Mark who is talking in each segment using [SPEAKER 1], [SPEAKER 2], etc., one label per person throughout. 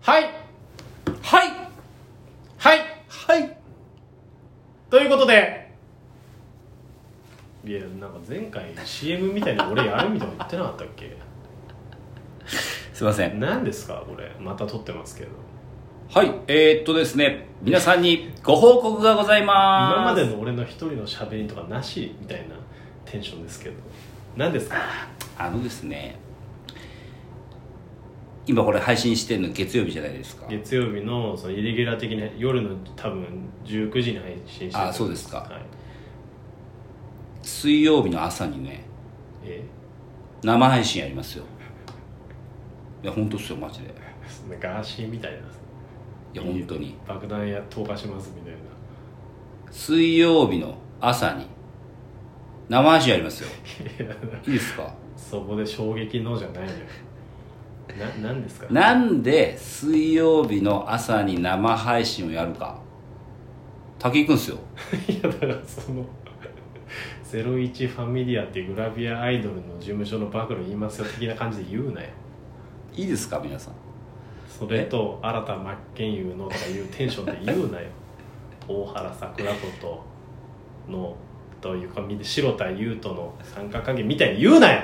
[SPEAKER 1] はいはいはい
[SPEAKER 2] はい
[SPEAKER 1] ということでいやなんか前回 CM みたいに俺やるみたいなの言ってなかったっけ
[SPEAKER 2] すいません
[SPEAKER 1] 何ですかこれまた撮ってますけど
[SPEAKER 2] はいえー、っとですね皆さんにご報告がございます
[SPEAKER 1] 今までの俺の一人の喋りとかなしみたいなテンションですけど何ですか
[SPEAKER 2] あのですね今これ配信してるの月曜日じゃないですか
[SPEAKER 1] 月曜日のそのイレギュラー的に夜の多分19時に配信してる
[SPEAKER 2] あそうですか
[SPEAKER 1] はい、
[SPEAKER 2] 水曜日の朝にね
[SPEAKER 1] え
[SPEAKER 2] 生配信やりますよいや本当っすよマジでい
[SPEAKER 1] ガーシーみたいな
[SPEAKER 2] や本当に
[SPEAKER 1] 爆弾や投下しますみたいな
[SPEAKER 2] 水曜日の朝に生配信やりますよいいですか
[SPEAKER 1] そこで衝撃のじゃないのよな何ですか
[SPEAKER 2] なんで水曜日の朝に生配信をやるか竹井くんっすよ
[SPEAKER 1] いやだからその「01ファミリア」っていうグラビアアイドルの事務所の暴露言いますよ的な感じで言うなよ
[SPEAKER 2] いいですか皆さん
[SPEAKER 1] それと新田真剣佑のとかいうテンションで言うなよ大原桜子とのというか白田優斗の三角関係みたいに言うなよ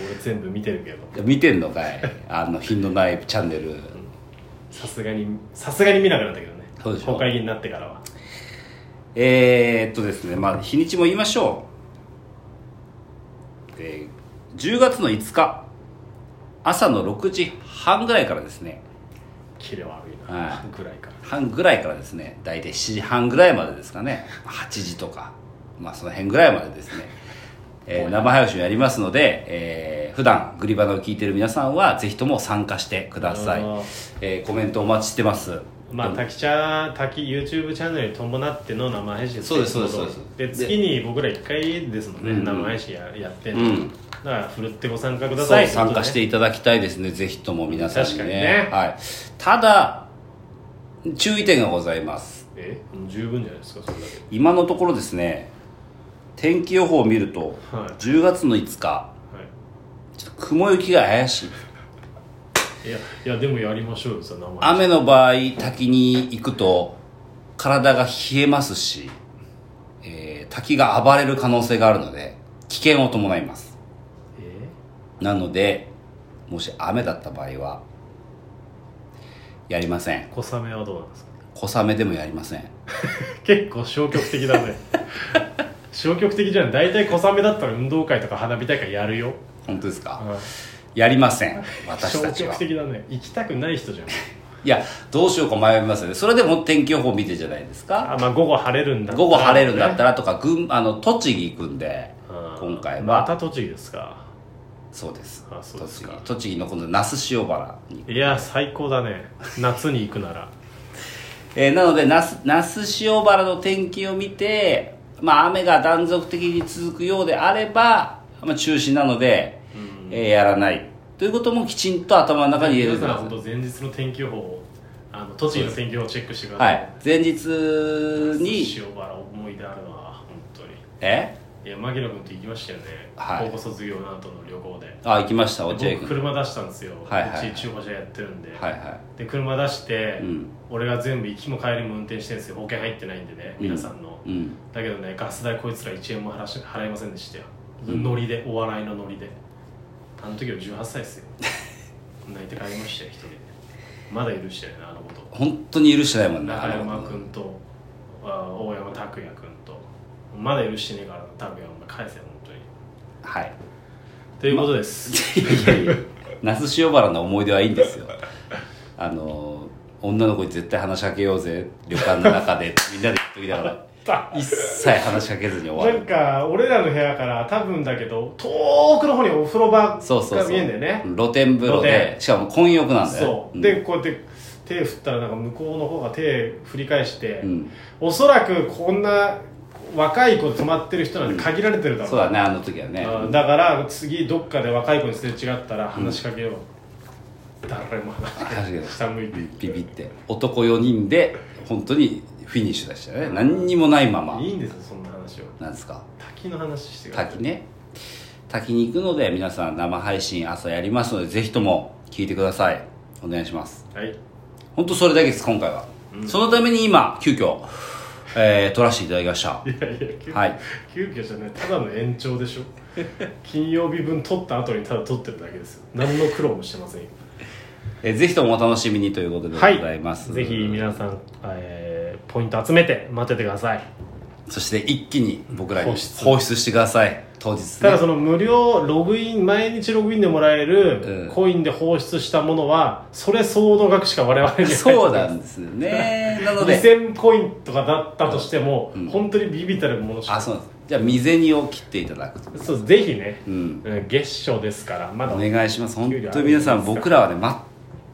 [SPEAKER 1] 俺全部見てるけど
[SPEAKER 2] いや見てんのかいあの品のないチャンネル
[SPEAKER 1] さすがにさすがに見なくなったけどね
[SPEAKER 2] そうでしょ
[SPEAKER 1] 国会議員になってからは
[SPEAKER 2] えー、っとですねまあ日にちも言いましょう、えー10月の5日朝の6時半ぐらいからですね
[SPEAKER 1] キレ悪い
[SPEAKER 2] は
[SPEAKER 1] なぐらいから
[SPEAKER 2] 半ぐらいからですね大体7時半ぐらいまでですかね8時とかまあその辺ぐらいまでですね、えー生配信をやりますので、えー普段グリバナを聞いてる皆さんはぜひとも参加してください
[SPEAKER 1] あー、
[SPEAKER 2] えーコメントお待ちしてます
[SPEAKER 1] まあ、滝チャ滝 YouTube チャンネルに伴っての生配信って
[SPEAKER 2] そうですそうですそうです
[SPEAKER 1] で
[SPEAKER 2] で
[SPEAKER 1] 月に僕ら1回ですもんね、
[SPEAKER 2] うんうん
[SPEAKER 1] 生配信ややってん
[SPEAKER 2] う
[SPEAKER 1] の、
[SPEAKER 2] ん
[SPEAKER 1] だからふるってご参加くだ
[SPEAKER 2] そ
[SPEAKER 1] さ
[SPEAKER 2] う
[SPEAKER 1] い
[SPEAKER 2] 参加して
[SPEAKER 1] い
[SPEAKER 2] いただきたいですねぜひとも皆さんにね
[SPEAKER 1] 確かにね
[SPEAKER 2] はい、ただ注意点がございます
[SPEAKER 1] えもう十分じゃないですかそれだけ
[SPEAKER 2] 今のところですね天気予報を見ると、
[SPEAKER 1] はい
[SPEAKER 2] 10月の5日
[SPEAKER 1] は
[SPEAKER 2] ちょっと雲行きが怪しい
[SPEAKER 1] いいやいやでもやりましょうよその生配信
[SPEAKER 2] 雨の場合滝に行くと体が冷えますし、えー滝が暴れる可能性があるので危険を伴います
[SPEAKER 1] え
[SPEAKER 2] なのでもし雨だった場合はやりません
[SPEAKER 1] 小雨はどうなんですか
[SPEAKER 2] 小雨でもやりません
[SPEAKER 1] 結構消極的だね 消極的じゃない大体小雨だったら運動会とか花火大会やるよ、
[SPEAKER 2] 本当ですか、
[SPEAKER 1] はい
[SPEAKER 2] やりません私たち
[SPEAKER 1] 消
[SPEAKER 2] は
[SPEAKER 1] 極的だね行きたくない人じゃん
[SPEAKER 2] いやどうしようか迷いますよねそれでも天気予報見てじゃないですか
[SPEAKER 1] あまあ午後晴れるんだったら
[SPEAKER 2] 午後晴れるんだった
[SPEAKER 1] ね
[SPEAKER 2] らとか群あの栃木行くんで
[SPEAKER 1] うん
[SPEAKER 2] 今回
[SPEAKER 1] ま
[SPEAKER 2] は
[SPEAKER 1] た栃木ですか
[SPEAKER 2] そうです
[SPEAKER 1] あそうです
[SPEAKER 2] 栃木
[SPEAKER 1] か
[SPEAKER 2] 栃木の今度那須塩原に、
[SPEAKER 1] いや最高だね夏に行くなら
[SPEAKER 2] えーなので那須那須塩原の天気を見て、まあ、雨が断続的に続くようであれば、まあ、中止なので、えーやらないということもきちんと頭の中に入れて
[SPEAKER 1] 皆
[SPEAKER 2] くだ
[SPEAKER 1] さん
[SPEAKER 2] さい
[SPEAKER 1] 本当前日の天気予報をあの栃木の天気予報をチェックしてくださ、
[SPEAKER 2] はいい、前日に
[SPEAKER 1] 塩原思い出あるわ本当に
[SPEAKER 2] え
[SPEAKER 1] いや牧野君と行きましたよね、
[SPEAKER 2] はい
[SPEAKER 1] 高校卒業の後の旅行で
[SPEAKER 2] あ行きました落合
[SPEAKER 1] 僕
[SPEAKER 2] 君
[SPEAKER 1] 車出したんですよ、
[SPEAKER 2] はいはいはいう
[SPEAKER 1] ち中古車やってるんで、
[SPEAKER 2] はいは
[SPEAKER 1] で車出して、
[SPEAKER 2] うん
[SPEAKER 1] 俺が全部行きも帰りも運転してるんですよ保険入ってないんでね皆さんの、
[SPEAKER 2] いうん
[SPEAKER 1] だけどねガス代こいつら1円も払し払いませんでしたよ、ノリでお笑いのノリであの時は18歳ですよ 泣いて帰りましたよ一人でまだ許してるなあのこと
[SPEAKER 2] 本当に許してないもんね
[SPEAKER 1] 中
[SPEAKER 2] あ
[SPEAKER 1] 山
[SPEAKER 2] の
[SPEAKER 1] 君とあ大山拓也君とまだ許してねえから拓也お前返せよ本当
[SPEAKER 2] は
[SPEAKER 1] に
[SPEAKER 2] い
[SPEAKER 1] ということです、
[SPEAKER 2] いやいや那須塩原の思い出はいいんですよあの女の子に絶対話しかけようぜ旅館の中でみんなで言っときながら一切話しかけずに終わ
[SPEAKER 1] な
[SPEAKER 2] る
[SPEAKER 1] んか俺らの部屋から多分だけど遠くの方にお風呂場
[SPEAKER 2] そうそう
[SPEAKER 1] が
[SPEAKER 2] そう
[SPEAKER 1] 見えんだよね
[SPEAKER 2] 露天風呂
[SPEAKER 1] 露
[SPEAKER 2] でしかも混浴なんだよ
[SPEAKER 1] そう、
[SPEAKER 2] ん
[SPEAKER 1] でこうやって手振ったらなんか向こうの方が手振り返して、
[SPEAKER 2] うん
[SPEAKER 1] おそらくこんな若い子で泊まってる人なんて限られてるだろう,、
[SPEAKER 2] そうだねあの時はね
[SPEAKER 1] あだから次どっかで若い子にすれ違ったら話しかけよう、誰も話しか
[SPEAKER 2] 話しかけ
[SPEAKER 1] け
[SPEAKER 2] な
[SPEAKER 1] ないい下向いて
[SPEAKER 2] ビビって男4人で本当にフィニッシュでしたよね何にもないまま
[SPEAKER 1] いいんですよそんな話を
[SPEAKER 2] なんですか
[SPEAKER 1] 滝の話してください
[SPEAKER 2] 滝ね滝に行くので皆さん生配信朝やりますのでぜひとも聞いてくださいお願いします
[SPEAKER 1] はい
[SPEAKER 2] 本当それだけです今回は、
[SPEAKER 1] うん
[SPEAKER 2] そのために今急遽、えー、撮らせていただきま した
[SPEAKER 1] いやいや急,、
[SPEAKER 2] はい
[SPEAKER 1] 急遽じゃないただの延長でしょ金曜日分撮った後にただ撮ってるだけですよ何の苦労もしてませんよ
[SPEAKER 2] えーぜひともお楽しみにということでご
[SPEAKER 1] は
[SPEAKER 2] ざ
[SPEAKER 1] い
[SPEAKER 2] います、
[SPEAKER 1] ぜひ皆さん、えーポイント集めて待っててください
[SPEAKER 2] そして一気に僕らに放
[SPEAKER 1] 放
[SPEAKER 2] 出
[SPEAKER 1] 出
[SPEAKER 2] してください当日
[SPEAKER 1] た
[SPEAKER 2] ね
[SPEAKER 1] だその無料ログイン毎日ログインでもらえ
[SPEAKER 2] う
[SPEAKER 1] る
[SPEAKER 2] ん
[SPEAKER 1] コインで放出したものはそれ相応の額しか我々には
[SPEAKER 2] そうなんですよ ねなので
[SPEAKER 1] 2000コインとかだったとしても、本当にビビたるものし
[SPEAKER 2] あ
[SPEAKER 1] か
[SPEAKER 2] そうなんですじゃあ未銭を切っていただくと
[SPEAKER 1] そうぜひね、
[SPEAKER 2] うん
[SPEAKER 1] うん月初ですからまだ
[SPEAKER 2] お願いします本
[SPEAKER 1] 給料
[SPEAKER 2] 当に皆さん僕らはね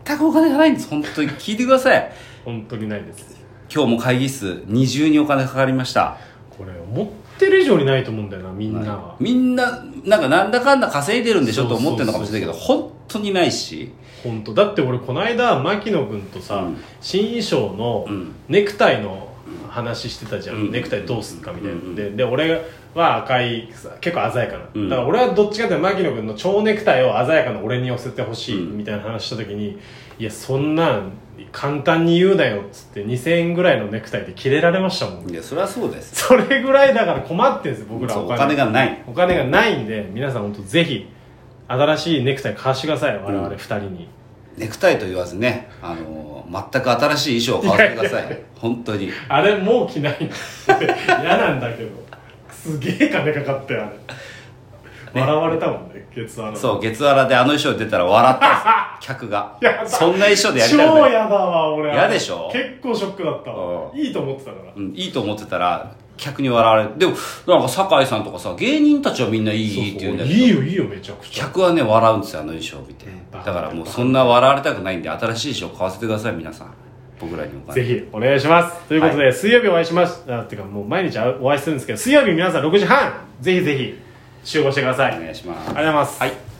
[SPEAKER 2] 全くお金がないんです本当に聞いてください
[SPEAKER 1] 本当にないです
[SPEAKER 2] 今日も会議室二重にお金かかりました
[SPEAKER 1] これ思ってる以上にないと思うんだよなみんなは、
[SPEAKER 2] みんななんかなんだかんだ稼いでるんでしょと思ってるのかもしれないけど
[SPEAKER 1] そう
[SPEAKER 2] 本当にないし
[SPEAKER 1] 本当だって俺この間牧野君とさ、
[SPEAKER 2] うん
[SPEAKER 1] 新衣装の
[SPEAKER 2] うん
[SPEAKER 1] ネクタイの話してたじゃん、
[SPEAKER 2] うん
[SPEAKER 1] ネクタイどうすっかみたいな、
[SPEAKER 2] うん
[SPEAKER 1] でで俺は赤いさ結構鮮やかな、
[SPEAKER 2] うん
[SPEAKER 1] だから俺はどっちかっていうと牧野君の蝶ネクタイを鮮やかな俺に寄せてほしいみたいな話した時に、いやそんなん簡単に言うなよっつって2000円ぐらいのネクタイで切れられましたもん、
[SPEAKER 2] いやそれはそうです
[SPEAKER 1] それぐらいだから困ってんですよ僕ら
[SPEAKER 2] そうお金がない
[SPEAKER 1] お金がないんで皆さん本当ぜひ新しいネクタイ貸してください我々2人に。
[SPEAKER 2] ネクタイと言わずねあのー全く新しい衣装を買わせてください本当に
[SPEAKER 1] あれもう着ないん だ嫌なんだけどすげえ金かかったよあれ、笑われたもんねケツ穴
[SPEAKER 2] そう月原であの衣装出たら笑ったん です客が
[SPEAKER 1] やだ
[SPEAKER 2] そんな衣装でやり
[SPEAKER 1] 超
[SPEAKER 2] たくない、
[SPEAKER 1] やだわ俺
[SPEAKER 2] 嫌でしょ
[SPEAKER 1] 結構ショックだったわ
[SPEAKER 2] うん
[SPEAKER 1] いいと思ってたから
[SPEAKER 2] うん、いいと思ってたら客に笑われるでもなんか酒井さんとかさ芸人たちはみんないいいいって言うんだけど
[SPEAKER 1] いいよいいよめちゃくちゃ
[SPEAKER 2] 客はね笑うんですよあの衣装を見て
[SPEAKER 1] ん
[SPEAKER 2] だからもうそんな笑われたくないんで新しい衣装買わせてください皆さん僕らにお金
[SPEAKER 1] ぜひお願いしますということで、水曜日お会いしますあっていうかもう毎日お会いするんですけど水曜日皆さん6時半ぜひぜひ集合してください、
[SPEAKER 2] お願いします
[SPEAKER 1] ありがとうございます
[SPEAKER 2] はい